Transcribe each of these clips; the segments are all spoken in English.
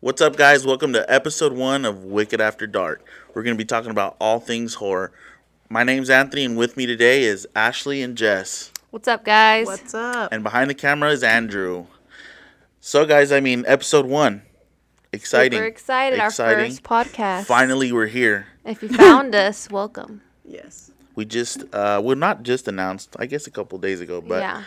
What's up, guys? Welcome to episode one of Wicked After Dark. We're going to be talking about all things horror. My name's Anthony, and with me today is Ashley and Jess. What's up, guys? What's up? And behind the camera is Andrew. So, guys, I mean, episode one. Exciting. We're excited. Our first podcast. Finally, we're here. If you found us, welcome. Yes. We just, uh, well, not just announced, I guess a couple days ago, but yeah.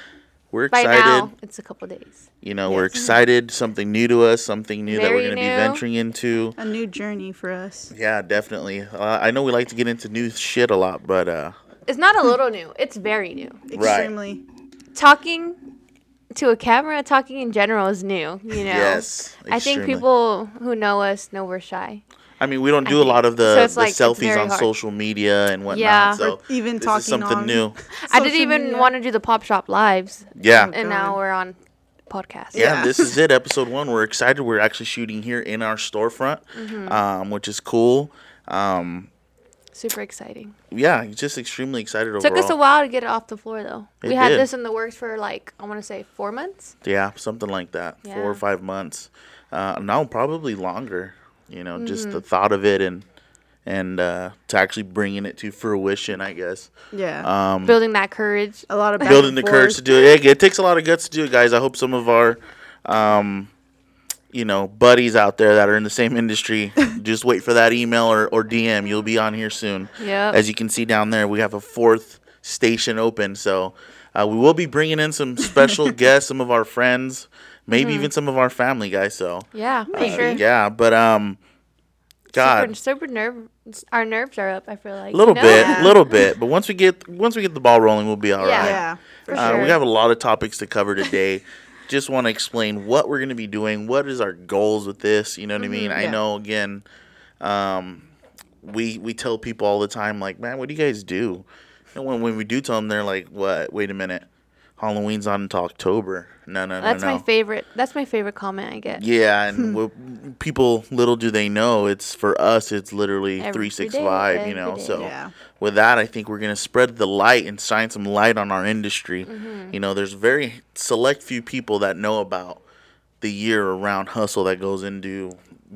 we're By excited. now, it's a couple days. You know, we're Yes. excited. Something new to us, something new that we're Very going to be new. venturing into. A new journey for us. Yeah, definitely. Uh, I know we like to get into new shit a lot, but uh, It's not a little new. It's very new. Extremely. Talking to a camera, talking in general is new. You know. yes, I think extremely. people who know us know we're shy. I mean, we don't do a lot of the, so it's the like, it's selfies very on hard. social media and whatnot. Yeah. Or so even this talking is something on- new. I didn't even want to do the pop shop lives, Yeah. and now God. we're on podcast. Yeah, Yeah. this is it. Episode one. We're excited. We're actually shooting here in our storefront, Mm-hmm. um, which is cool. Um, Super exciting. yeah, just extremely excited overall. Took us a while to get it off the floor though. It we had did. this in the works for like I want to say four months. Yeah, something like that. Four or Yeah. five months. Uh, no, probably longer. You know, just Mm-hmm. the thought of it and and uh, to actually bringing it to fruition, I guess. Yeah. Um, Building that courage. a lot of back building and the forth. courage to do it. It, it takes a lot of guts to do it, guys. I hope some of our, um, you know, buddies out there that are in the same industry just wait for that email or, or DM. You'll be on here soon. Yep. As you can see down there, we have a fourth station open. So uh, we will be bringing in some special guests, some of our friends, maybe Mm-hmm. even some of our family, guys. So Yeah, for uh, sure. yeah, but um, God, Super, super nerve. Our nerves are up. I feel like a little you know? bit, Yeah. little bit. But once we get once we get the ball rolling, we'll be all right. Yeah. Yeah. For Uh, sure. we have a lot of topics to cover today. Just want to explain what we're going to be doing. What is our goals with this? You know what I mean? I Mm-hmm, yeah. know again, um, we we tell people all the time like, man, what do you guys do? And when when we do tell them, they're like, what? Wait a minute, Halloween's on until October. No, no, no, That's no. my favorite. That's my favorite comment I get. Yeah, and Hmm. we people little do they know it's for us. It's literally Every three six day, five. every You know, day. so Yeah. with that, I think we're gonna spread the light and shine some light on our industry. Mm-hmm. You know, there's very select few people that know about the year around hustle that goes into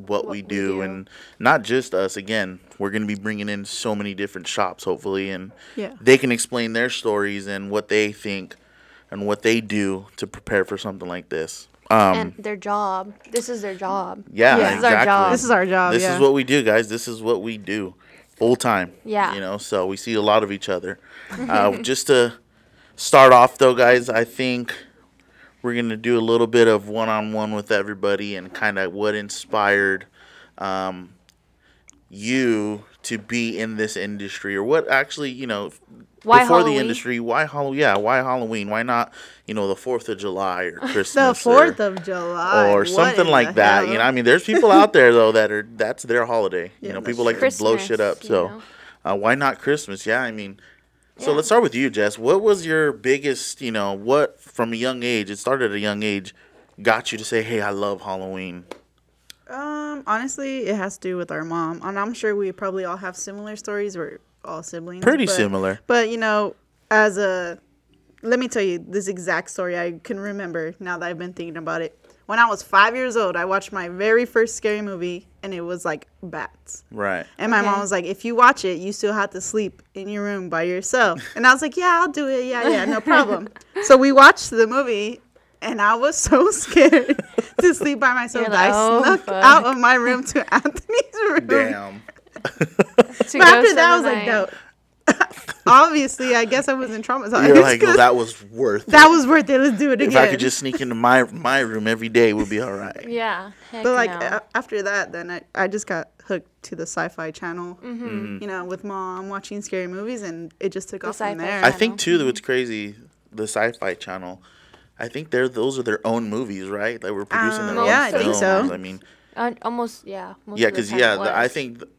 what, we, we do, do. and not just us. Again, we're gonna be bringing in so many different shops, hopefully, and Yeah. they can explain their stories and what they think and what they do to prepare for something like this. Um, And their job. This is their job. yeah, Yeah. This is our exactly. job. This is our job. This yeah. is what we do, guys. This is what we do, full time. Yeah. you know, so we see a lot of each other. Uh, just to start off, though, guys, I think we're gonna do a little bit of one on one with everybody and kind of what inspired um, you to be in this industry or what actually, you know, Why before the Halloween? industry, why Halloween? Yeah, why Halloween? Why not, you know, the Fourth of July or Christmas? the or- 4th of July. or What something in the like that. hell? You know, I mean, there's people out there though that are that's their holiday. you Yeah, know, that's people like true. to blow shit Christmas, up. you So, know. uh, why not Christmas? Yeah, I mean, so Yeah. let's start with you, Jess. What was your biggest? You know, what from a young age? It started at a young age. Got you to say, "Hey, I love Halloween." Um, honestly, it has to do with our mom, and I'm sure we probably all have similar stories. We're all siblings. Pretty but- similar. But you know, as a, let me tell you this exact story I can remember now that I've been thinking about it. When I was five years old, I watched my very first scary movie, and it was like bats. Right. And my mom Okay. was like, if you watch it, you still have to sleep in your room by yourself. And I was like, yeah, I'll do it. Yeah, yeah, no problem. so we watched the movie, and I was so scared to sleep by myself You're that like, I "Oh, snuck fuck." out of my room to Anthony's room. Damn. To But ghost after in that, I was the like, night. no. Obviously, I guess I wasn't traumatized. You're like, 'cause well, that was worth. it. that was worth it. Let's do it again. If I could just sneak into my my room every day, we'd be all right. Yeah. Heck But like uh, no. a- after that, then I, I just got hooked to the sci-fi channel. Mm-hmm. Mm-hmm. You know, with mom watching scary movies, and it just took off from sci-fi there. I channel. Mm-hmm. think too that what's crazy, the Sci-Fi Channel, I think they're those are their own movies, right? That were producing their Um, own yeah, I think films. so. I mean, Al- almost. Yeah. Most yeah, of the because time yeah, it the, I was. think th-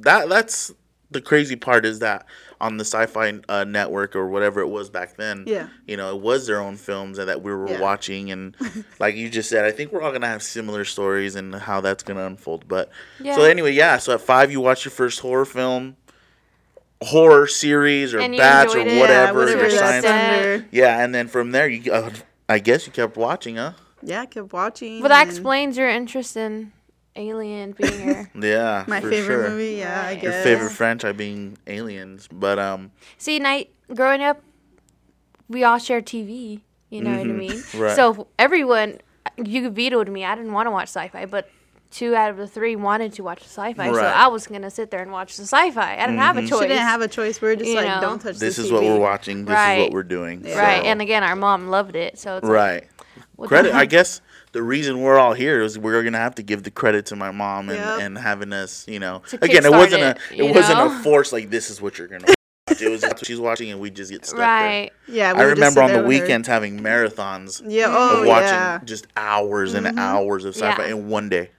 that that's the crazy part is that on the Sci-Fi uh, Network or whatever it was back then, Yeah. you know, it was their own films that, that we were Yeah. watching, and like you just said, I think we're all gonna have similar stories and how that's gonna unfold. But so Yeah. anyway, yeah. So at five, you watch your first horror film. Horror series or And you bats or enjoyed it. Yeah, whatever, yeah, or whatever your that science said. yeah, and then from there, you uh, I guess you kept watching, huh? Yeah, I kept watching. Well, that and- explains your interest in Alien being here. Yeah, My for favorite sure. movie, yeah, I Right. Your guess. favorite franchise being Aliens, but um, See, night growing up, we all share TV. You know what I mean? Mm-hmm. Right. So everyone, you vetoed me. I didn't want to watch sci-fi, but two out of the three wanted to watch the sci-fi. So Right. Mm-hmm. I was gonna sit there and watch the sci-fi. I didn't have a choice. She didn't have a choice. We were just You like, know. don't touch this the is what we're TV. watching. This is Right. what we're doing. right. so- And again, our mom loved it. So it's like, right. what the Credit. heck? I guess the reason we're all here is we're gonna have to give the credit to my mom and, Yep. and having us. You know, To again, it kickstart wasn't a it, it you wasn't know? a force like this is what you're gonna. watch. It was that's what she's watching, and we just get stuck there. Right. Yeah, we I would just remember sit on there the with her. weekends having marathons Yeah. Oh, of watching yeah. just hours and hours of sci-fi Mm-hmm. Yeah. Mm-hmm. in one day.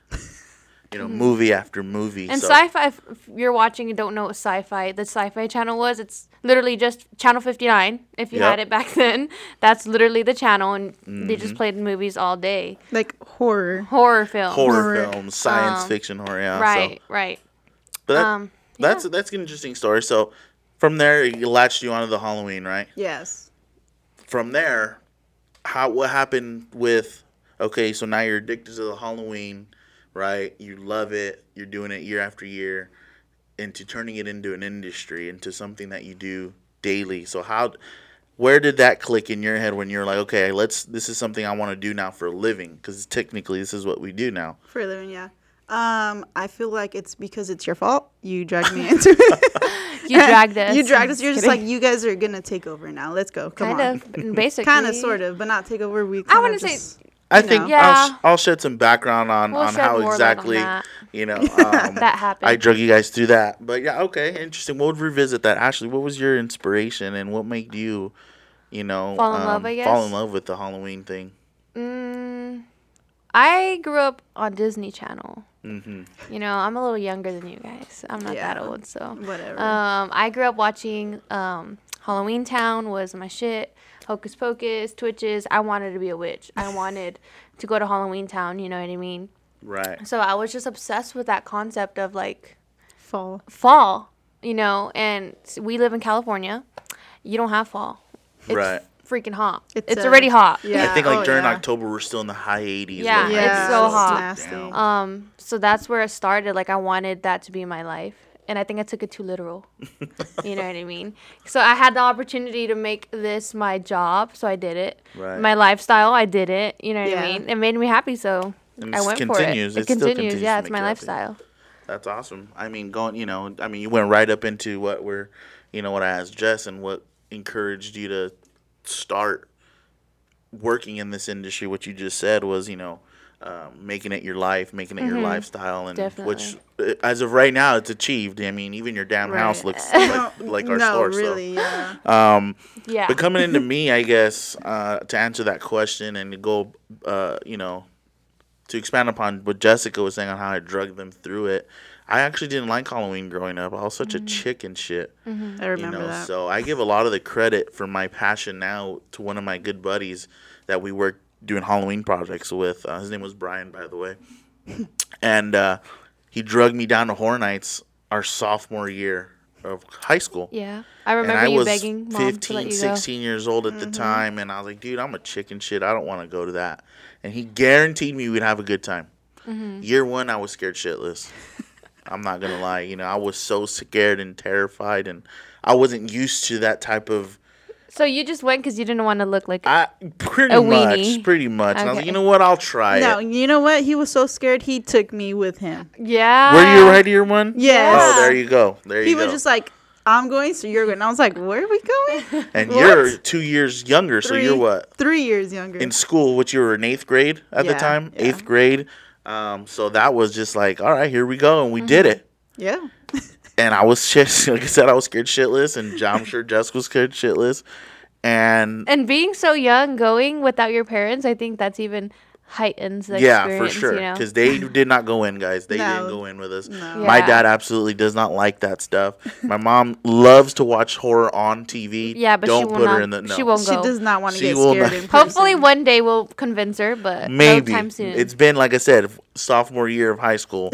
You know, movie after movie. And so, sci-fi, if if you're watching and don't know what sci-fi, the sci-fi channel was, it's literally just Channel 59. If you Yep. had Mm-hmm. it back then, that's literally the channel, and they just played movies all day, Like horror. horror films. horror horror, films, science um, fiction horror. Yeah, Right. So, Right. but that, um, that's that's an interesting story. So from there, it latched you onto the Halloween, right? Yes. From there, how what happened with? Okay, so now you're addicted to the Halloween, right? You love it. You're doing it year after year, into turning it into an industry, into something that you do daily. So how? Where did that click in your head when you're like, okay, let's. This is something I want to do now for a living, because technically this is what we do now. For a living, yeah. Um, I feel like it's because it's your fault. You dragged me into it. You dragged us. you dragged us. You're just like, kidding. you guys are gonna take over now. Let's go. Come kind on. of, basically. Kind of, sort of, but not take over. We. I kinda wouldn't say- just- I you think know. I'll, Yeah. sh- I'll shed some background on, We'll on shed how more light on exactly that. you know um, that happened. I drug you guys through that. But yeah, okay, interesting. We'll revisit that. Ashley, what was your inspiration and what made you, you know, um, Fall in love, I guess? fall in love with the Halloween thing? Mm, I grew up on Disney Channel. You know, I'm a little younger than you guys. I'm not that Mm-hmm. Yeah. old, so Whatever. Um, I grew up watching um, Halloween Town was my shit. Hocus Pocus, Twitches. I wanted to be a witch. I wanted to go to Halloween Town. You know what I mean? Right. So I was just obsessed with that concept of like fall. fall. You know, and s- we live in California. You don't have fall. It's Right. Freaking hot. It's, It's, uh, already hot. I think like oh, during yeah. October we're still in the high 80s. Yeah, low it's 90s. so hot. Nasty. Damn. Um, so that's where it started. Like I wanted that to be my life, and I think I took it too literal. you know what I mean? So I had the opportunity to make this my job, so I did it. Right. My lifestyle, I did it. You know what I Yeah. mean? It made me happy, so And I it went continues. for it. It still continues Yeah, to it's make my you happy. lifestyle. That's awesome. I mean, going, you know, I mean, you went right up into what we're, you know, what I asked Jess and what encouraged you to start working in this industry. What you just said was, you know, um, making it your life, making it your lifestyle, and which, uh, as of right now, it's achieved. I mean, even your damn house Right. looks like, like our no, store. really. Yeah. So, um, Yeah. but coming into me, I guess, uh, to answer that question and to go, uh, you know, to expand upon what Jessica was saying on how I drugged them through it, I actually didn't like Halloween growing up. I was such a chicken shit, I you Mm-hmm. remember know. that. So I give a lot of the credit for my passion now to one of my good buddies that we work doing Halloween projects with. Uh, his name was Brian, by the way, and uh, he drugged me down to Horror Nights our sophomore year of high school yeah. I remember and I you was begging mom to let 15, you Mm-hmm. 16 years old at the time, and I was like, dude, I'm a chicken shit. I don't want to go to that. And he guaranteed me we'd have a good time. Mm-hmm. Year one, I was scared shitless. I'm not gonna lie, you know, I was so scared and terrified, and I wasn't used to that type of. go. So you just went because you didn't want to look like. I pretty A weenie. much, pretty much. And I was like, Okay. you know what? I'll try No, it. you know what? He was so scared. He took me with him. yeah. Were you right, year one? Yes. Oh, there you go. There He you go. was just like, "I'm going, so you're going." And I was like, "Where are we going?" and What? you're two years younger, so you're what? Three years younger. in school, which you were in eighth grade at Yeah, the time, yeah. eighth grade. Um, so that was just like, all right, here we go, and we did Mm-hmm. it. yeah. And I was just like I said, I was scared shitless, and J- I'm sure Jess was scared shitless. And And being so young, going without your parents, I think that's even heightens the yeah, for experience. sure, You know? because they did not go in, guys. They No. didn't go in with us. No. My Yeah. dad absolutely does not like that stuff. My mom loves to watch horror on TV. Yeah, but don't she will put not. her in the no. She won't She go. does not want to She get will scared. not- In Hopefully, person. one day we'll convince her, but Maybe no time soon. it's been like I said, f- sophomore year of high school.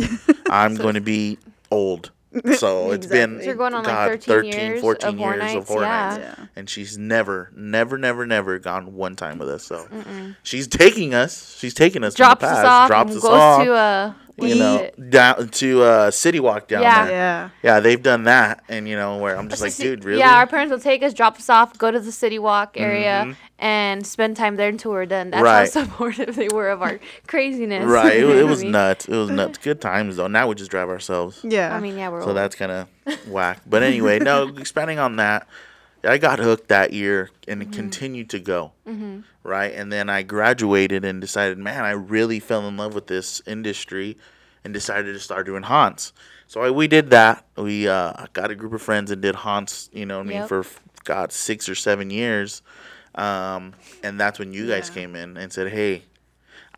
I'm going to be old. So it's been Exactly. You're going on God, like 13, 13, years 14 of horror years nights. of horror yeah. nights. Yeah. and she's never, never, never, never gone one time with us. So she's taking us. She's taking us. Drops from the us past, off. Drops and us goes off. to uh, what you is know, it? down to uh, City Walk down Yeah. there. Yeah. Yeah. they've done that, and you know where I'm just like, So see- dude, really? Yeah, our parents will take us, drop us off, go to the city walk area, and spend time there until we're done. That's Mm-hmm. Right. how supportive they were of our craziness. right. It, You wa- know it what was I mean? nuts. It was nuts. Good times though. Now we just drive ourselves. Yeah. I mean, yeah, we're So old. that's kind of whack. But anyway, no, expanding on that, I got hooked that year and continued to go. Right. And then I graduated and decided, man, I really fell in love with this industry and decided to start doing haunts. So I, we did that. We uh, got a group of friends and did haunts, you know what I mean, Yep. for, God, six or seven years. Um, and that's when you guys came in and said, hey,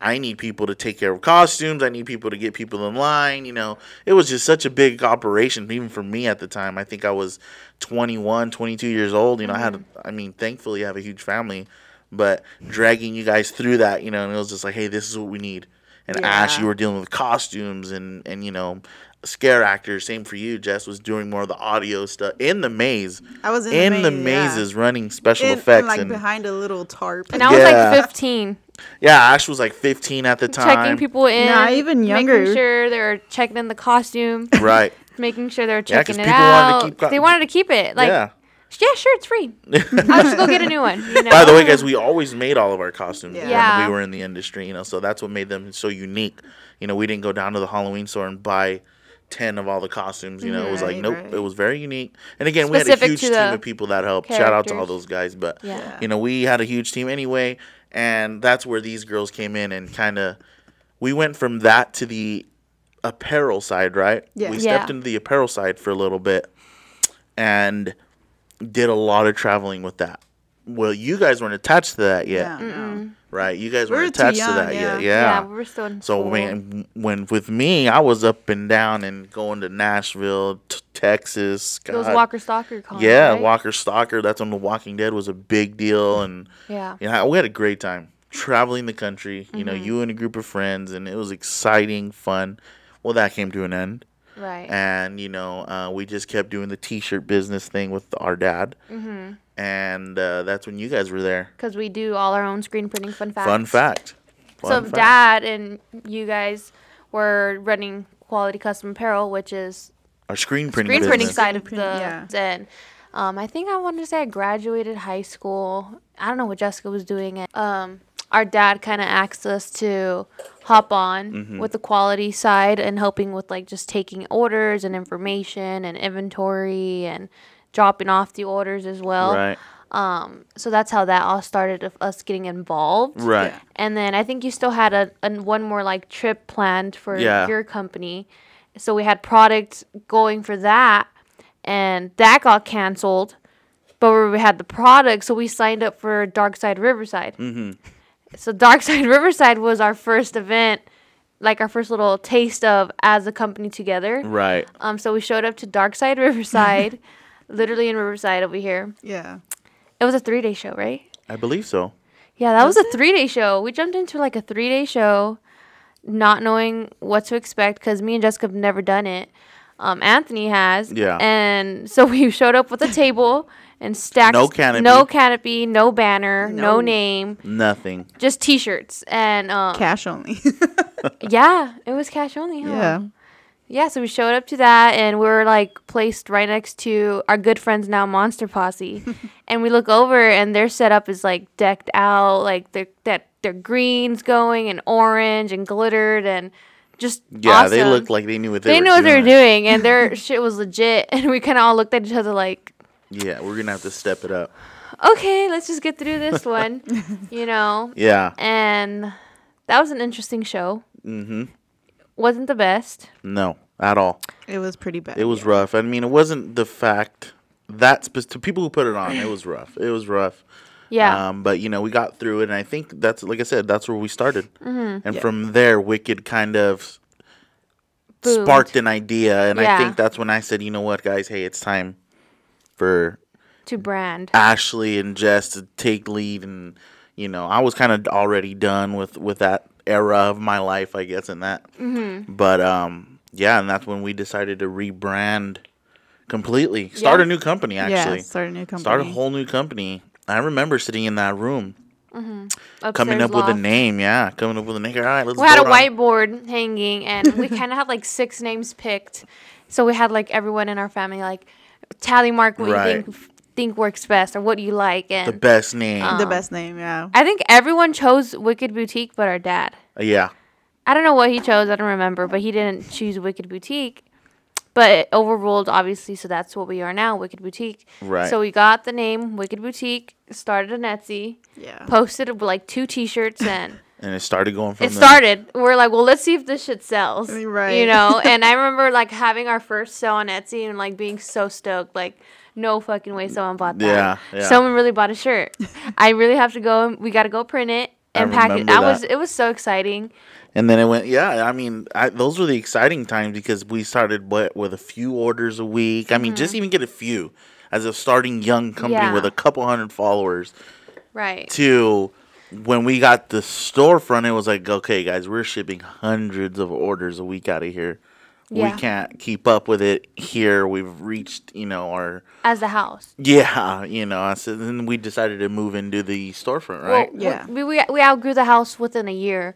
I need people to take care of costumes. I need people to get people in line. You know, it was just such a big operation, even for me at the time. I think I was 21, 22 years old. You know, I had, Mm-hmm. I mean, thankfully, I have a huge family, but dragging you guys through that, you know, and it was just like, hey, this is what we need. And Ash, Yeah. you were dealing with costumes and, and, you know, scare actors. Same for you. Jess was doing more of the audio stuff in the maze, I was in, in, the, the maze, yeah. mazes, running special In- in, effects. like and behind a little tarp. and I was Yeah. like 15, yeah, Ash was like 15 at the time. checking people in. Nah, even younger. Making sure they're checking in the costume, Right. making sure they're 'cause checking it people wanted to out. keep co- they wanted to keep it. Like, yeah, yeah. sure, it's free. I'll just go get a new one. You know? By the way, guys, we always made all of our costumes Yeah. when we were in the industry, you know, so that's what made them so unique. You know, we didn't go down to the Halloween store and buy 10 of all the costumes, you know, it was like, Right, nope, right. it was very unique. And again, we had a Specific huge to team the of people that helped. Shout out to all characters. those guys, but, Yeah. you know, we had a huge team anyway, and that's where these girls came in and kind of, we went from that to the apparel side, right? Yeah. We Yeah. stepped into the apparel side for a little bit and did a lot of traveling with that. Well, you guys weren't attached to that yet, Yeah, no. right? You guys We were weren't too attached young, to that yet. yeah. Yeah. yeah, we were still in so school. when when with me, I was up and down and going to Nashville, t- Texas. those God. Walker Stalker cons, yeah, right? Walker Stalker. That's when The Walking Dead was a big Mm-hmm. deal, and yeah, yeah, we had a great time traveling the country. You Mm-hmm. know, you and a group of friends, and it was exciting, fun. Well, that came to an end right. and you know uh, we just kept doing the t-shirt business thing with our dad Mm-hmm. and uh, that's when you guys were there because we do all our own screen printing. Fun fact. fun fact so Fun fact. dad and you guys were running quality custom apparel, which is our screen printing screen printing business side of the Screen print, yeah. den. Um, I think I wanted to say I graduated high school. I don't know what Jessica was doing. And, um, our dad kind of asked us to hop on with the quality side and helping with like just taking orders and information and inventory and dropping off the orders as well. right So that's how that all started of us getting involved. right Yeah. And then I think you still had a, an one more like trip planned for Yeah. your company. So we had products going for that, and that got canceled. But we had the product, so we signed up for Dark Side Riverside. Mm-hmm. So Dark Side Riverside was our first event, like our first little taste of as a company together. right Um, so we showed up to Dark Side Riverside, literally in Riverside over here. Yeah. It was a three day show, right? i believe so Yeah, that was, a three day show. We jumped into like a three day show, not knowing what to expect because me and Jessica have never done it. Um, Anthony has. Yeah. And so we showed up with a table and stacked No canopy. no canopy, no banner, no, No. name, nothing just t shirts and um, Cash only. yeah, it was cash only. Huh? yeah. Yeah, so we showed up to that and we were like placed right next to our good friends now Monster Posse. and we look over and their setup is like decked out, like they're that their greens going and orange and glittered and just yeah they awesome. looked like they knew what they, they were knew what they were doing. doing and their shit was legit and we kinda all looked at each other like, yeah we're gonna have to step it up Okay, let's just get through this one you know. yeah And that was an interesting show. Mm-hmm. Wasn't the best. no at all It was pretty bad. it was rough i mean it wasn't the fact that's to people who put it on it was rough it was rough Yeah. Um, but you know, we got through it, and I think that's like I said, that's where we started, and from there, Wicked kind of Boomed. sparked an idea, and I Yeah. think that's when I said, you know what, guys, hey, it's time for to brand. Ashley and Jess to take lead, and you know, I was kind of already done with with that era of my life, I guess, in that, but um, yeah, and that's when we decided to rebrand completely, start Yeah. a new company actually, yeah, start a new company. start a whole new company. I remember sitting in that room, coming Upstairs up with a loft. name. Yeah, coming up with a name. All right, let's. We had a vote on- whiteboard hanging, and we kind of had like six names picked. So we had like everyone in our family like tally mark what Right. you think think works best or what you like, the and best name. Uh, the best name, yeah. Uh-huh. I think everyone chose Wicked Boutique, but our dad. Uh, yeah, I don't know what he chose. I don't remember, but he didn't choose Wicked Boutique. But it overruled, obviously, so that's what we are now, Wicked Boutique. Right. So we got the name Wicked Boutique, started an Etsy, Yeah. posted like two T-shirts, and and it started going from it there. started. We're like, well, let's see if this shit sells, You Right. know. and I remember like having our first sale on Etsy and like being so stoked, like. No fucking way someone bought that. Yeah, yeah. Someone really bought a shirt. I really have to go and we gotta go print it I and pack it. remember that. I was it was so exciting. And then it went, yeah. I mean, I, those were the exciting times because we started what with a few orders a week. I mean, just even get a few, as a starting young company Mm-hmm. Yeah. with a couple hundred followers. Right. To when we got the storefront, it was like, okay, guys, we're shipping hundreds of orders a week out of here. Yeah. We can't keep up with it here. We've reached, you know, our As the house. yeah, you know. I said, then we decided to move into the storefront, right? Well, Yeah. we, we we outgrew the house within a year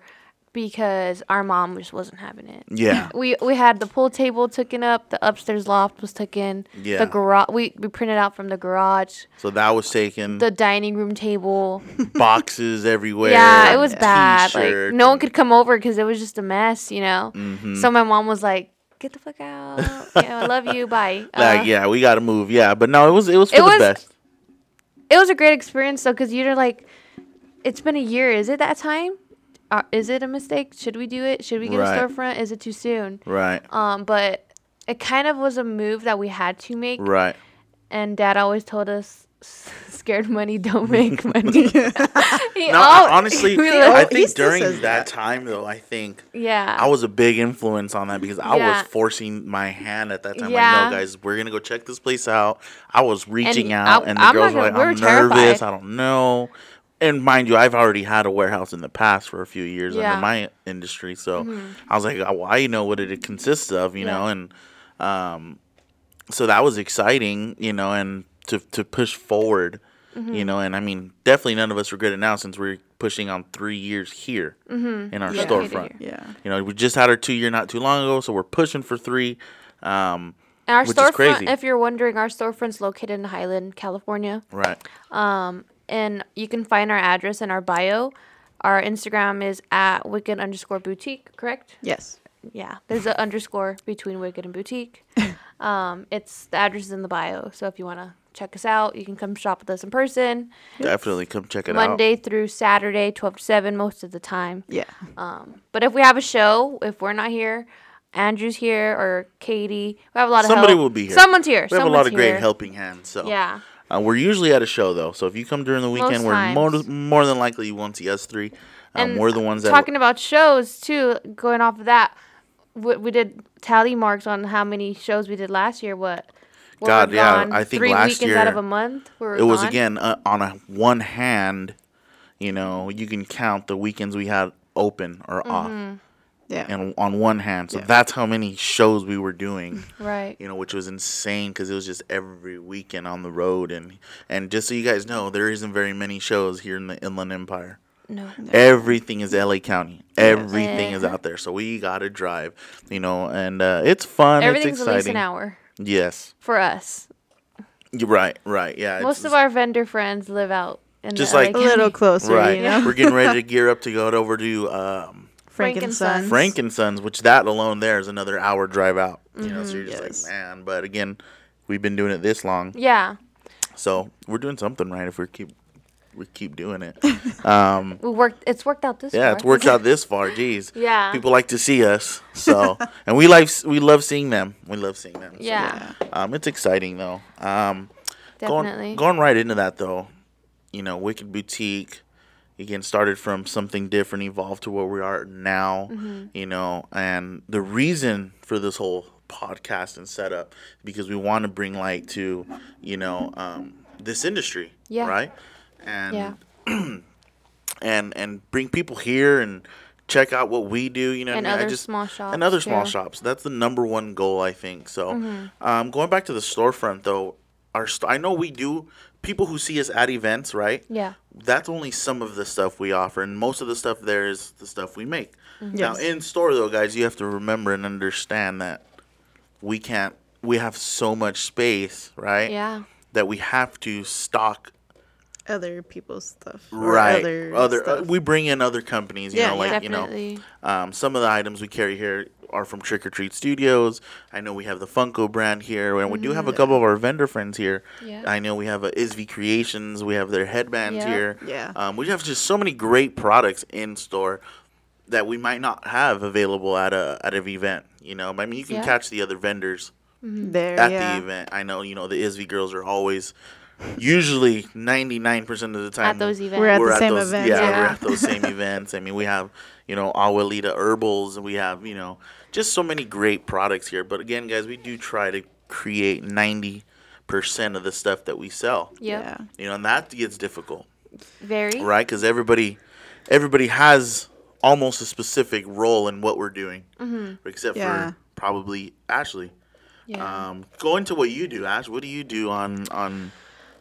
because our mom just wasn't having it. yeah, We we had the pool table taken up, the upstairs loft was taken, Yeah. the garage we, we printed out from the garage, so that was taken. the dining room table. boxes everywhere. yeah, it and was bad. Like t-shirts no uh and- one Mm-hmm. could come over because it was just a mess, you know. So my mom was like, "Get the fuck out! you know, I love you. Bye." Like Uh, yeah, we got to move. Yeah, but no, it was it was for It the was- best. It was a great experience though, because you're like, it's been a year. Is it that time? Uh, is it a mistake? Should we do it? Should we get Right. a storefront? Is it too soon? Right, Um, but it kind of was a move that we had to make, right. and Dad always told us, "Scared money don't make money." Oh, He No, al- I- honestly, we al- I like- he think still during says that, that. time though, I think yeah, I was a big influence on that because I Yeah. was forcing my hand at that time. Yeah. Like, no, guys, we're gonna go check this place out. I was reaching I- out, and the I'm girls not were like, gonna- we "I'm were terrified. nervous. I don't know." And mind you, I've already had a warehouse in the past for a few years Yeah. Mm-hmm. under my industry, so I was like, "Oh, well, I know what it consists of," you Yeah. know, and um, so that was exciting, you know, and to to push forward, Mm-hmm. you know, and I mean, definitely none of us regret it now since we're pushing on three years here in our Mm-hmm. Yeah. storefront. Yeah. You know, we just had our two year not too long ago, so we're pushing for three. Um, and our which is storefront. crazy. If you're wondering, our storefront's located in Highland, California. right, and you can find our address in our bio. Our Instagram is at Wicked underscore boutique, correct? Yes. Yeah, there's an underscore between Wicked and boutique. um, it's the address is in the bio, so if you want to check us out, you can come shop with us in person definitely come check it out. Monday through Saturday, twelve to seven, most of the time. Yeah. But if we have a show, if we're not here. Andrew's here or Katie. We have a lot of Somebody help. will be here. Someone's We here. have a Someone's lot of great here. helping hands. So Yeah. uh, we're usually at a show though. So if you come during the weekend, we're more times. more than likely you won't see us three. Um, And we're the ones that talking about shows too going off of that we, we did tally marks on how many shows we did last year what what God, we're yeah, gone. I think three last weekends out of year a month we were it was gone. again uh, on a one hand you know you can count the weekends we had open or Mm-hmm. off Yeah. and on one hand so that's how many shows we were doing right you know which was insane because it was just every weekend on the road and and just so you guys know there isn't very many shows here in the inland empire no Everything is LA County. Everything is Yeah. out there. So we got to drive, you know, and uh, it's fun. everything's it's at least exciting. an hour Yes. for us You're right, right. Yeah. it's- most of our vendor friends live out in Just the LA like- A County. little closer, Right. you know. We're getting ready to gear up to go over to um, Frankenstein. Frank and Sons, which that alone there is another hour drive out. You know, Mm-hmm. so you're just Yes. like, man. But again, we've been doing it this long, yeah so we're doing something right if we keep we keep doing it. we worked it's worked out this Yeah, far. it's worked out this far. Jeez. Yeah. People like to see us, so and we like we love seeing them. We love seeing them. so, yeah, um, it's exciting though. Um, definitely Going, going right into that though, you know, Wicked Boutique again started from something different, evolved to where we are now. Mm-hmm. You know, and the reason for this whole podcast and setup because we want to bring light to you know um, this industry, Yeah. right? And Yeah. and and bring people here and check out what we do. You know, what And I mean? I other just small shops, and other small yeah. shops. That's the number one goal, I think. So, um, going back to the storefront though, our st- I know we do people who see us at events, right? Yeah. That's only some of the stuff we offer, and most of the stuff there is the stuff we make. Now, Yes. in store though, guys, you have to remember and understand that we can't. We have so much space, right? Yeah. That we have to stock Other people's stuff. or right Other, other, stuff. uh, we bring in other companies you Yeah, know like yeah. Definitely. you know um, some of the items we carry here are from trick or treat studios i know we have the funko brand here and we do have a couple of our vendor friends here Mm-hmm. Yeah. i know we have a isv creations we have their headbands Yep. here Yeah. um, we have just so many great products in store that we might not have available at a at an event you know i mean you can Yeah. catch the other vendors there. at yeah. the event i know you know the isv girls are always usually 99% of the time At those events. We're at we're the at same those, events, Yeah, we're yeah. at those same events. I mean, we have you know Awalita Herbals, and we have you know just so many great products here. But again, guys, we do try to create ninety percent of the stuff that we sell. Yep. Yeah. You know, and that gets difficult, Very. right? Because everybody, everybody has almost a specific role in what we're doing, mm-hmm. except Yeah. for probably Ashley. Yeah. Um, go into what you do, Ash. What do you do on on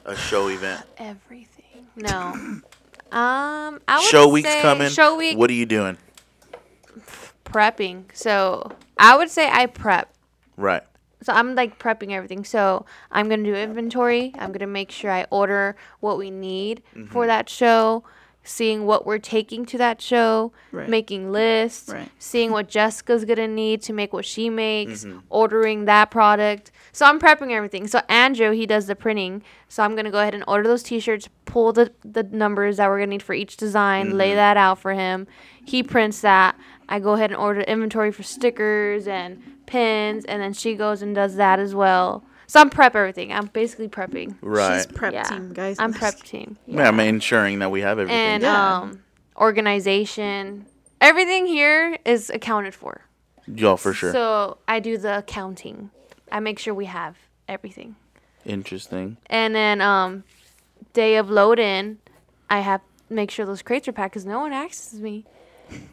a show event? Everything. No. Um, I would Show week's say coming. Show week What are you doing? prepping. So I would say I prep. Right. So I'm like prepping everything. So I'm gonna do inventory. I'm gonna make sure I order what we need Mm-hmm. for that show, seeing what we're taking to that show, Right. making lists, Right. seeing what Jessica's gonna need to make what she makes, ordering that product. So I'm prepping everything. So Andrew, he does the printing. So I'm gonna go ahead and order those T-shirts, pull the the numbers that we're gonna need for each design, lay that out for him. He prints that. I go ahead and order inventory for stickers and pins, and then she goes and does that as well. So I'm prep everything. I'm basically prepping. Right. She's prep Yeah, team, guys. I'm prep team. Yeah, I'm ensuring that we have everything. and Yeah. um, organization. Everything here is accounted for. Y'all for sure. So I do the accounting. I make sure we have everything. Interesting. And then um, day of load in, I have make sure those crates are packed because no one asks me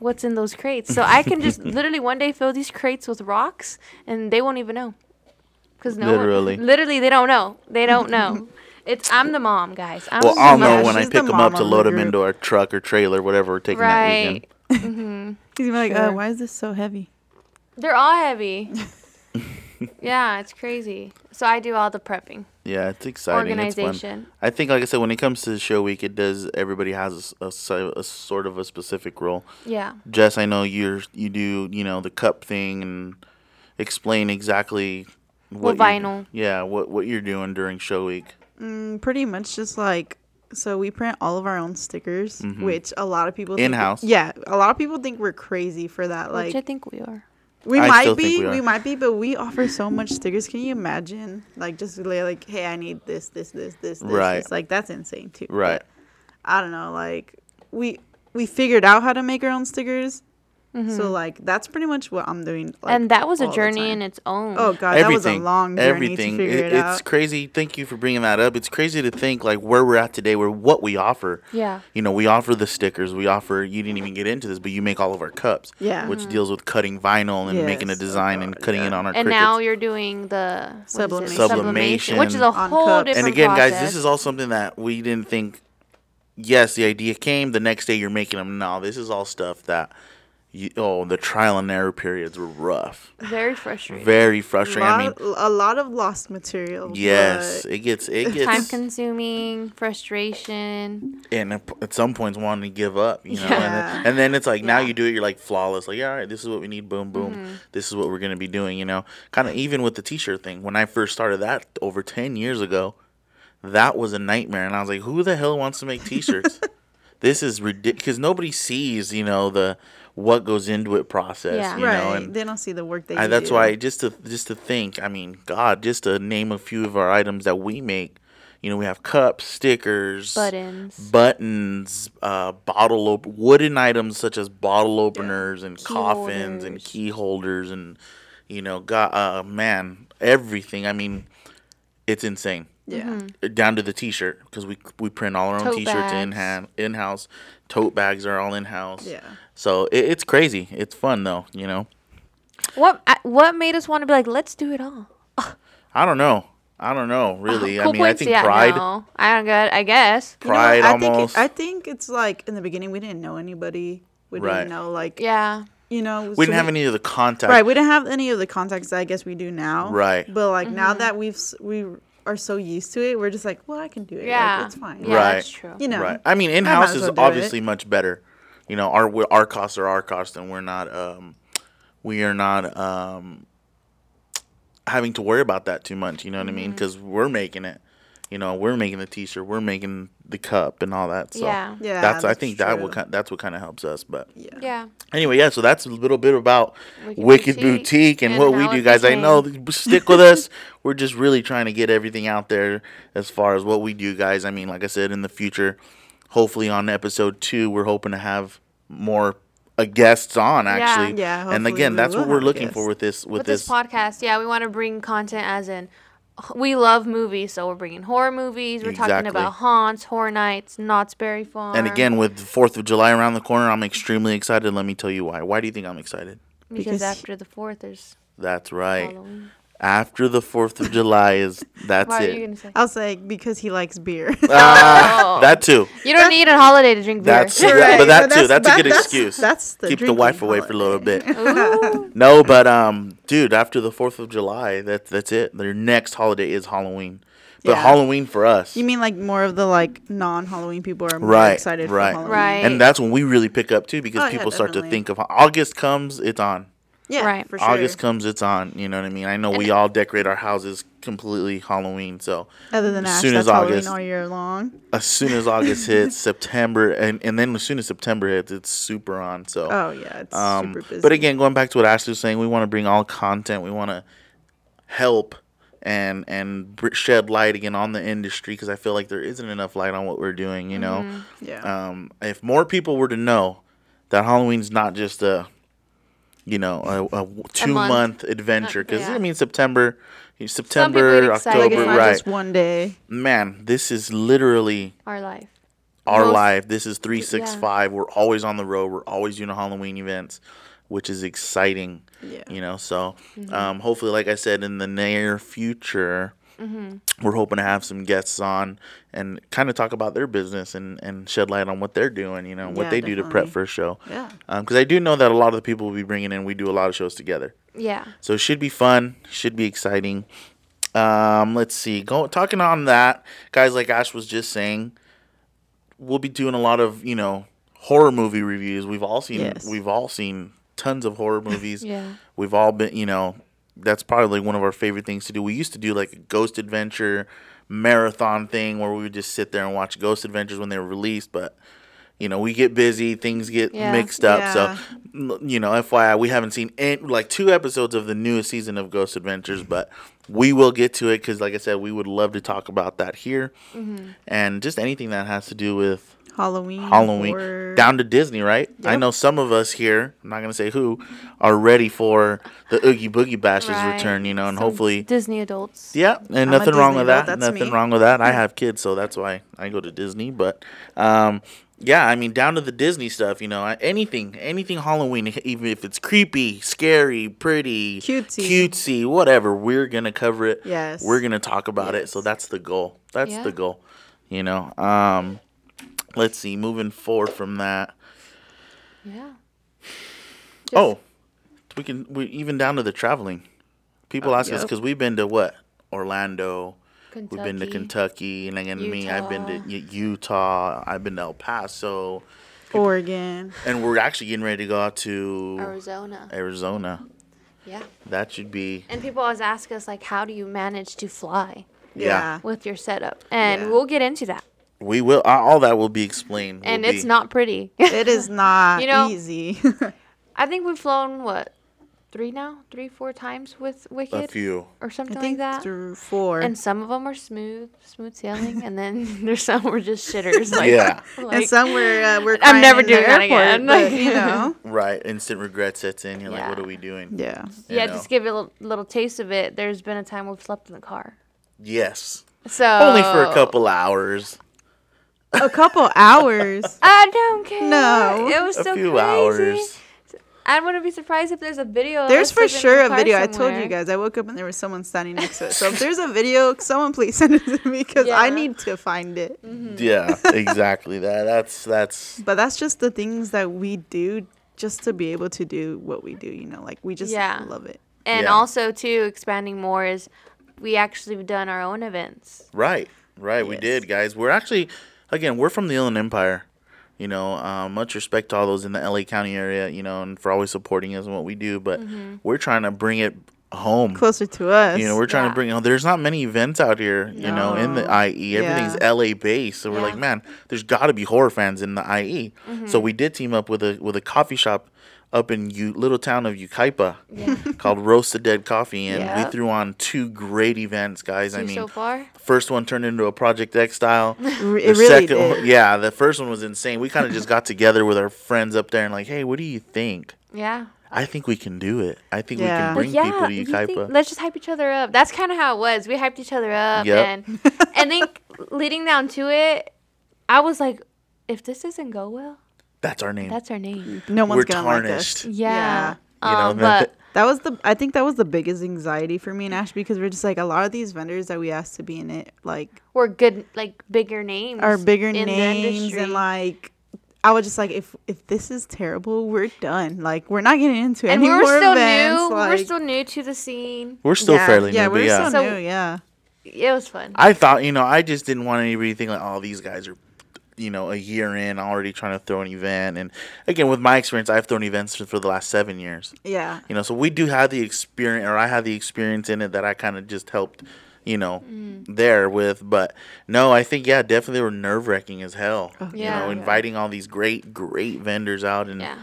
what's in those crates. So I can just literally one day fill these crates with rocks and they won't even know. Cause no Literally. one, literally they don't know. They don't know. it's I'm the mom, guys. I'm Well, the I'll mom. know when I she's the pick them up mom to of the load them group. into our truck or trailer, whatever we're taking that right. weekend. He's gonna be like, uh, Sure. why is this so heavy? They're all heavy. yeah, it's crazy. So I do all the prepping. Yeah, it's exciting. It's fun. Organization. I think, like I said, when it comes to the show week, it does. Everybody has a s- a, si- a sort of a specific role. Yeah. Jess, I know you're you do you know the cup thing and explain exactly what you're- vinyl. Yeah, what what you're doing during show week. Mm, pretty much just like so we print all of our own stickers, which a lot of people think- Mm-hmm. In-house. Yeah, a lot of people think we're crazy for that. Like Which I think we are. we I might still be, think we we, are. might be, but we offer so much stickers. Can you imagine? Like just lay like, hey, I need this, this, this, this, this. Right. this. Like that's insane too. Right. But I don't know. Like we we figured out how to make our own stickers. So like that's pretty much what I'm doing. Like, Mm-hmm. and that was all a the journey time. in its own. Oh god, that was a long journey everything. to figure it, It- out. It's crazy. Thank you for bringing that up. It's crazy to think like where we're at today, where what we offer. Yeah. You know, we offer the stickers. We offer. You didn't even get into this, but you make all of our cups. Yeah. Which deals with cutting vinyl and making a Yes. Oh, design and cutting it on our. and crickets. now you're doing the what is it? Sublimation. which is a Sublimation on whole cups. different and again, process. guys, this is all something that we didn't think. Yes, the idea came. The next day, you're making them. No, this is all stuff that. You, oh, the trial and error periods were rough. very frustrating, Very frustrating. I mean, Lot- a lot of lost material. yes, but it gets it gets time-consuming, frustration. and at at some points wanting to give up, you know. And, then, Yeah. Mm-hmm. and then it's like now you do it, you're like flawless, like all right, this is what we need, boom, boom. This is what we're gonna be doing, you know. Kind of even with the t-shirt thing. When I first started that over ten years ago, that was a nightmare, and I was like, who the hell wants to make t-shirts? this is ridiculous because nobody sees, you know, the what goes into it process, Yeah. you right. know, and they don't see the work that I, you that's do. why just to just to think. I mean, God, just to name a few of our items that we make. You know, we have cups, stickers, Buttons. buttons, uh, bottle op- wooden items such as bottle openers and coffins and holders. key holders and you know, God, uh, man, everything. I mean, it's insane. Yeah. Mm-hmm. down to the t-shirt because we we print all our own Tote t-shirts in bags. hand in house. Tote bags are all in house. Yeah. So it, it's crazy. It's fun though. You know. Mm. What I- what made us want to be like, let's do it all? I don't know. I don't know really. I mean, I think yeah, pride. no. I don't get. I guess. You know what? Pride I Think almost. it, I think it's like in the beginning we didn't know anybody. We didn't Right. know like Yeah. you know we didn't have any of the contact. Right, we didn't have any of the contacts that I guess we do now. Right. But like now Mm-hmm. that we've s- we are so used to it, we're just like, well, I can do it. Like, Yeah. it's fine. Yeah, Right. that's true. You know. Right. I mean, in house as is well do it. obviously much better. You know, our we- our costs are our costs, and we're not um, we are not um, having to worry about that too much. You know what I Mm-hmm. mean? Because we're making it. You know, we're making the T-shirt, we're making the cup, and all that. So Yeah. Yeah, that's, I that's think that will true. ki- that's what kind of helps us. But Yeah. Yeah. anyway, yeah. So that's a little bit about Wicked, Wicked Boutique, Boutique and, and what we how do, it guys. I know became. that- stick with us. We're just really trying to get everything out there as far as what we do, guys. I mean, like I said, in the future, hopefully on episode two, we're hoping to have more uh, guests on actually. Yeah, and hopefully again, we that's will what we're have looking guests. for with this with, With this, podcast, yeah, we want to bring content as in we love movies, so we're bringing horror movies. We're talking Exactly. about haunts, horror nights, Knott's Berry Farm. and again, with the 4th of July around the corner, I'm extremely excited. Let me tell you why. Why do you think I'm excited? because, because- after the fourth, there's That's right. Halloween. After the 4th of July is that's Why it. are you gonna say? I was like, because he likes beer. Ah, that too. You don't need a holiday to drink beer. That's that- Right, but that but too. that's- That's, a that- good that's- excuse. that's the keep the drinking wife away for a holiday. little bit. Ooh. no, but um, dude, after the Fourth of July, that that's it. Their next holiday is Halloween, but Yeah. Halloween for us, you mean like more of the like non-Halloween people are more right? excited right, for Halloween? Right. And that's when we really pick up too, because Oh, yeah, people start to definitely. think of August comes, it's on. Yeah. Right. For sure. August comes, it's on. You know what I mean? I know we all decorate our houses completely Halloween, so Other than as Ash, soon as that's Halloween August- all year long. as soon as August hits, September, and and then as soon as September hits, it's super on. So Oh yeah, it's Uh, Um, super busy. but again, going back to what Ashley was saying, we want to bring all content. We want to help and and br- shed light again on the industry because I feel like there isn't enough light on what we're doing. You Mm-hmm. know, yeah, um, if more people were to know that Halloween's not just a you know a, a w- two month. Uh, month adventure because yeah. I mean September, people September, get excited. like October, it's not right? just one day. Man, this is literally our life. our Most- life. This is 365. We're always on the road. We're always doing Halloween events, which is exciting. Yeah. Mm-hmm. You know, so um, hopefully, like I said, in the near future, Mm-hmm. we're hoping to have some guests on and kind of talk about their business and, and shed light on what they're doing, you know, what Yeah, they do to prep definitely. for a show. Yeah. Because I do know that a lot of the people we'll be bringing in, we do a lot of shows together. Yeah. So it should be fun. Should be exciting. Um, let's see. Go talking on that, guys. Like Ash was just saying, we'll be doing a lot of you know horror movie reviews. We've all seen. Yes. We've all seen tons of horror movies. Yeah. We've all been. You know, that's probably one of our favorite things to do. We used to do like a ghost adventure marathon thing where we would just sit there and watch ghost adventures when they were released, but. You know, we get busy, things get Yeah. mixed up. Yeah. So L- you know, FYI, we haven't seen any, like two episodes of the newest season of Ghost Adventures, but we will get to it because, like I said, we would love to talk about that here Mm-hmm. and just anything that has to do with Halloween. Halloween horror. down to Disney, right? I know some of us here, I'm not going to say who, are ready for the Oogie Boogie Bash's Right. return, you know, and Some hopefully. Disney adults. Yeah, and a nothing wrong Disney with that. adult, that's Nothing me. wrong with that. I have kids, so that's why I go to Disney. But um, yeah, I mean, down to the Disney stuff, you know, I- anything, anything Halloween, even if it's creepy, scary, pretty, Cutesy. cutesy, whatever, we're gonna cover it. Yes. we're gonna talk about it. So that's the goal. That's Yeah. the goal. You know. Um, let's see. Moving forward from that. Yeah. oh, we can we even down to the traveling. People ask us yeah. because we've been to what Orlando. Kentucky. We've been to Kentucky, and again, me, I've been to Utah. U- Utah, I've been to El Paso, Oregon. and we're actually getting ready to go out to Arizona. Arizona. Yeah. That should be And people always ask us like, how do you manage to fly Yeah. Yeah. with your setup? And Yeah. we'll get into that. we will a- all that will be explained. will And it's be- not pretty. It is not You know- easy. I think we've flown what three now, three four times with Wicked a few. or something I think like that. through four. And And, some of them are smooth, smooth sailing, and then there's some were just shitters. Like, Yeah. like, some were uh, we're I'm crying never in the doing that airport, again. But, Like- you know. Right, instant regret sets in. You're like, what Yeah. are we doing? Yeah. you yeah, know. just give you a little, little taste of it. There's been a time we've slept in the car. Yes, So Only for Oh. a couple hours. A couple hours. I don't care. No. it was A so few crazy. hours. I wouldn't be surprised if there's a video. of There's us for sitting in sure the a car video. I told somewhere. you guys. I woke up and there was someone standing next to it. So if there's a video, someone please send it to me because I Yeah. Mm. need to find it. Hmm. Yeah, exactly that. That's that's But that's just the things that we do just to be able to do what we do, you know, like we just Yeah. love it. And Yeah. also too, expanding more is we actually have done our own events. right. Right, we Yes. did, guys. We're actually again, we're from the Inland Empire. You know, uh, much respect to all those in the LA County area, you know, and for always supporting us and what we do, but Mm-hmm. we're trying to bring it home. Closer to us. You know, we're trying to Yeah. bring. You know, there's not many events out here. You know, in the No. IE, everything's Yeah. LA based. So we're Yeah. Mm-hmm. like, man, there's got to be horror fans in the IE. So we did team up with a with a coffee shop up in U- little town of Yucaipa called Roast the Dead Coffee, and Yeah. we threw on two great events, guys. I Two mean, so far. first one turned into a Project X style. Re- The it really second did. one- yeah, the first one was insane. We kind of just got together with our friends up there and like, hey, what do you think? Yeah. I think we can do it. I think we Yeah. can But bring yeah, people to you Yucaipa. think- let's just hype each other up. That's kind of how it was. We hyped each other up, Yep. and and then leading down to it, I was like, if this doesn't go well, That's our name. that's our name. No one's we're gonna tarnished. like us. Yeah. You know, Um, that- but That was the I think that was the biggest anxiety for me and Ash because we're just like a lot of these vendors that we asked to be in it like we're good, like bigger names. are bigger in the names industry. and like I was just like if if this is terrible, we're done. Like we're not getting into And any we were more still events. new. Like, we were still new to the scene. We're still yeah, fairly yeah, new, we're but yeah. still So- new, yeah. It was fun. I thought, you know, I just didn't want anybody thinking like, oh, these guys are, you know, a year in already trying to throw an event. And again, with my experience, I've thrown events for, for the last seven years. Yeah. You know, so we do have the experience, or I had the experience in it that I kind of just helped, you know, Mm. there with. But no, I think yeah, definitely were nerve wracking as hell. yeah. You know, Yeah. inviting all these great, great vendors out and yeah.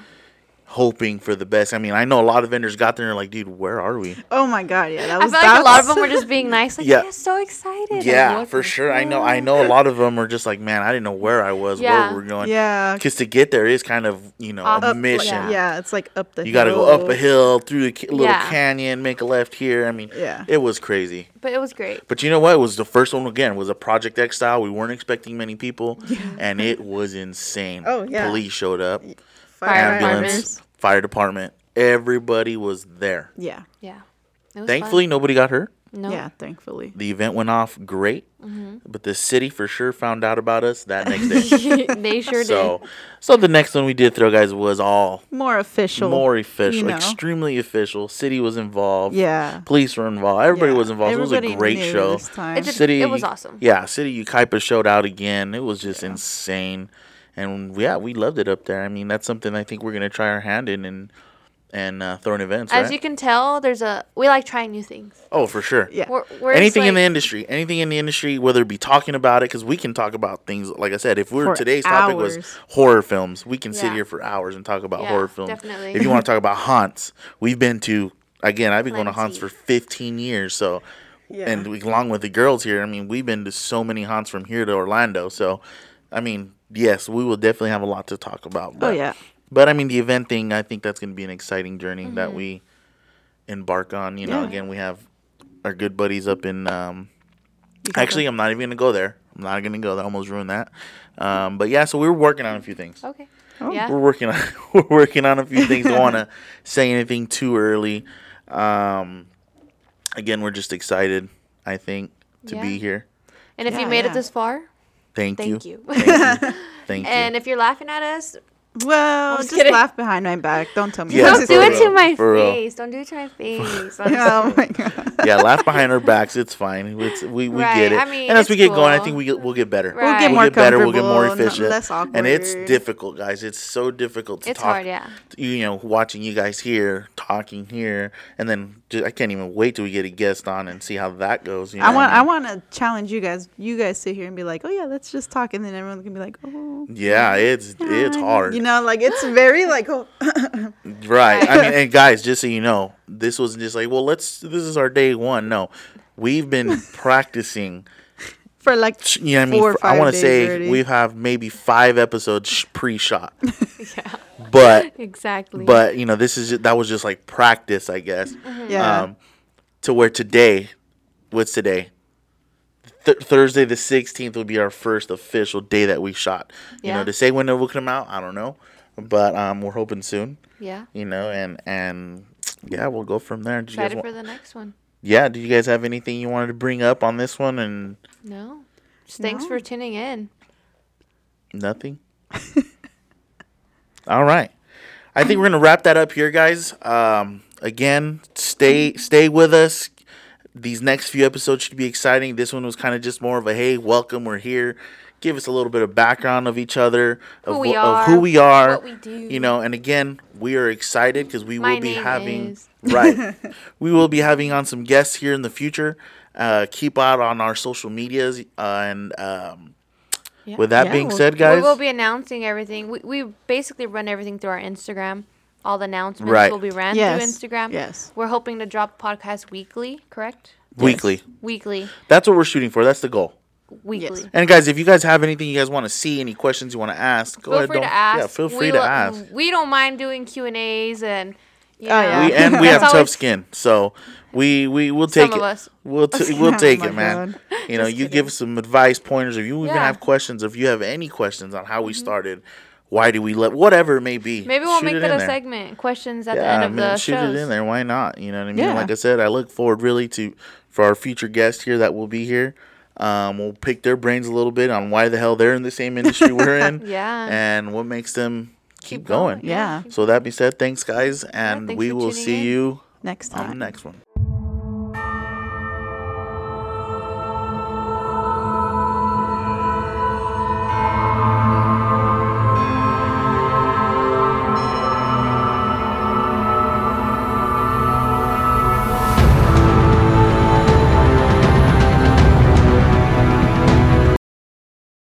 hoping for the best. I mean, I know a lot of vendors got there and like, dude, where are we? Oh my god, yeah. That I was feel like a lot of that's- them were just being nice. Like, Yeah. yeah, so excited. Like, Yeah, what for the sure. I know. fuck? I know a lot of them are just like, man, I didn't know where I was, Yeah. where we're going. Yeah. Because to get there is kind of you know Up, a like, mission. Yeah. Yeah. it's like up the You got to go up a hill. hill through the ca- little Yeah. canyon, make a left here. I mean, Yeah. it was crazy. But it was great. But you know what? It was the first one again. Was a Project X style. We weren't expecting many people, and it was insane. Oh, yeah. Police showed up, Fire ambulance, departments. fire department. Everybody was there. Yeah. Yeah. It was Thankfully, nobody got hurt. fun. no. Yeah, thankfully. The event went off great, Mm-hmm. but the city for sure found out about us that next day. they sure So, so the next one we did throw, guys, was all More official. more e, official, know. extremely official. City was involved. Yeah. Police were involved. Everybody Yeah. was involved. it was a Everybody great knew show. this time. It did- City, it was awesome. Yeah, City Ukaipa showed out again. It was just insane, and yeah, we loved it up there. I mean, that's something I think we're gonna try our hand in and and uh, throw an event. did. As right? you can tell, there's a we like trying new things. oh, for sure. Yeah. We're, we're just anything in the like- industry, anything in the industry, whether it be talking about it, because we can talk about things. Like I said, if we're For today's topic was hours. horror films, we can sit Yeah. here for hours and talk about Yeah, horror films. definitely. If you want to talk about haunts, we've been to again. I've been going to haunts Plenty. for 15 years, so. Yeah. And we, along with the girls here, I mean, we've been to so many haunts from here to Orlando. So, I mean, yes, we will definitely have a lot to talk about. But, Oh, yeah. But I mean, the event thing, I think that's going to be an exciting journey that Mm-hmm. we embark on. You know, Yeah. again, we have our good buddies up in. Um, actually, I'm not even gonna go there. I'm not gonna go. That almost ruined that. Um, but yeah, so we were working on a few things. Okay. Yeah. We're working on we're working on a few things. Don't want to say anything too early. Um, again, we're just excited. I think to be Yeah. here. And if Yeah, you made yeah. it this far, Thank, thank you. Thank you. Thank and you. if you're laughing at us, Well, just, just kidding. laugh behind my back. Don't tell me. Yeah, this don't is for do it real, to my for real. face. Don't do it to my face. Oh my god. yeah, laugh behind our backs. It's fine. It's, we we Right, get it. I mean, and as we it's get going, I cool. think we get, we'll get better. We'll get We'll more get better. We'll get more comfortable, n- efficient. Less awkward. And it's difficult, guys. It's so difficult to It's talk. hard, yeah. You know, watching you guys here, talking here, and then ju- I can't even wait till we get a guest on and see how that goes. You know I want. mean? I want to challenge you guys. You guys sit here and be like, "Oh yeah, let's just talk," and then everyone's gonna be like, "Oh." Yeah, it's it's hard. You know, like it's very like. Oh, Right. I mean, and guys, just so you know, this wasn't just like, well, let's. This is our day one. No, we've been practicing. for like You know what I mean? Four or For- I five want to days say already. we have maybe five episodes sh- pre-shot. yeah. But exactly. but you know, this is ju- that was just like practice, Uh-huh. I guess. yeah. um, to where today, what's today? th- Thursday the 16th will be our first official day that we shot. You Yeah. know, to say when it will come out, I don't know, but um, we're hoping soon. Yeah. You know, and and yeah, we'll go from there. Do you guys Excited want, for the next one. yeah, do you guys have anything you wanted to bring up on this one and No. Just thanks No. for tuning in. Nothing. All right. I think we're gonna wrap that up here, guys. Um, again, stay stay with us. These next few episodes should be exciting. This one was kind of just more of a hey, welcome, we're here. Give us a little bit of background of each other, of, Who we wh- are, of who we are, what we do. you know. And again, we are excited because we My will be name having is- right. we will be having on some guests here in the future. Uh, keep out on our social medias uh, and um, Yeah. with that Yeah, being we'll- said, guys, We will be announcing everything. We, we basically run everything through our Instagram. All the announcements Right. will be ran Yes. through Instagram. Yes. We're hoping to drop podcast weekly, correct? weekly. Weekly. That's what we're shooting for. That's the goal. Weekly. And guys, if you guys have anything you guys want to see, any questions you want to ask, go Feel ahead. free don't- to ask. Yeah, feel We free to lo- ask. We don't mind doing Q and A's and you Oh, know, yeah. We, and we that's have tough always- skin, so we we will take of it. us. Oh We'll t- we'll take my it, man. You know, Just you kidding. give us some advice, pointers. If you even Yeah. Mm-hmm. have questions, if you have any questions on how we started, why do we let whatever it may be. Maybe we'll shoot make it that in a there. segment. Questions at the Yeah, end I of mean, the shoot shows. it in there. Why not? You know what I mean? Yeah. Like I said, I look forward really to for our future guests here that will be here. Um, we'll pick their brains a little bit on why the hell they're in the same industry we're in, Yeah. and what makes them keep, Keep going. going, Yeah. So that being said, thanks guys, and thanks we for will tuning see in. you Next on time. the next one.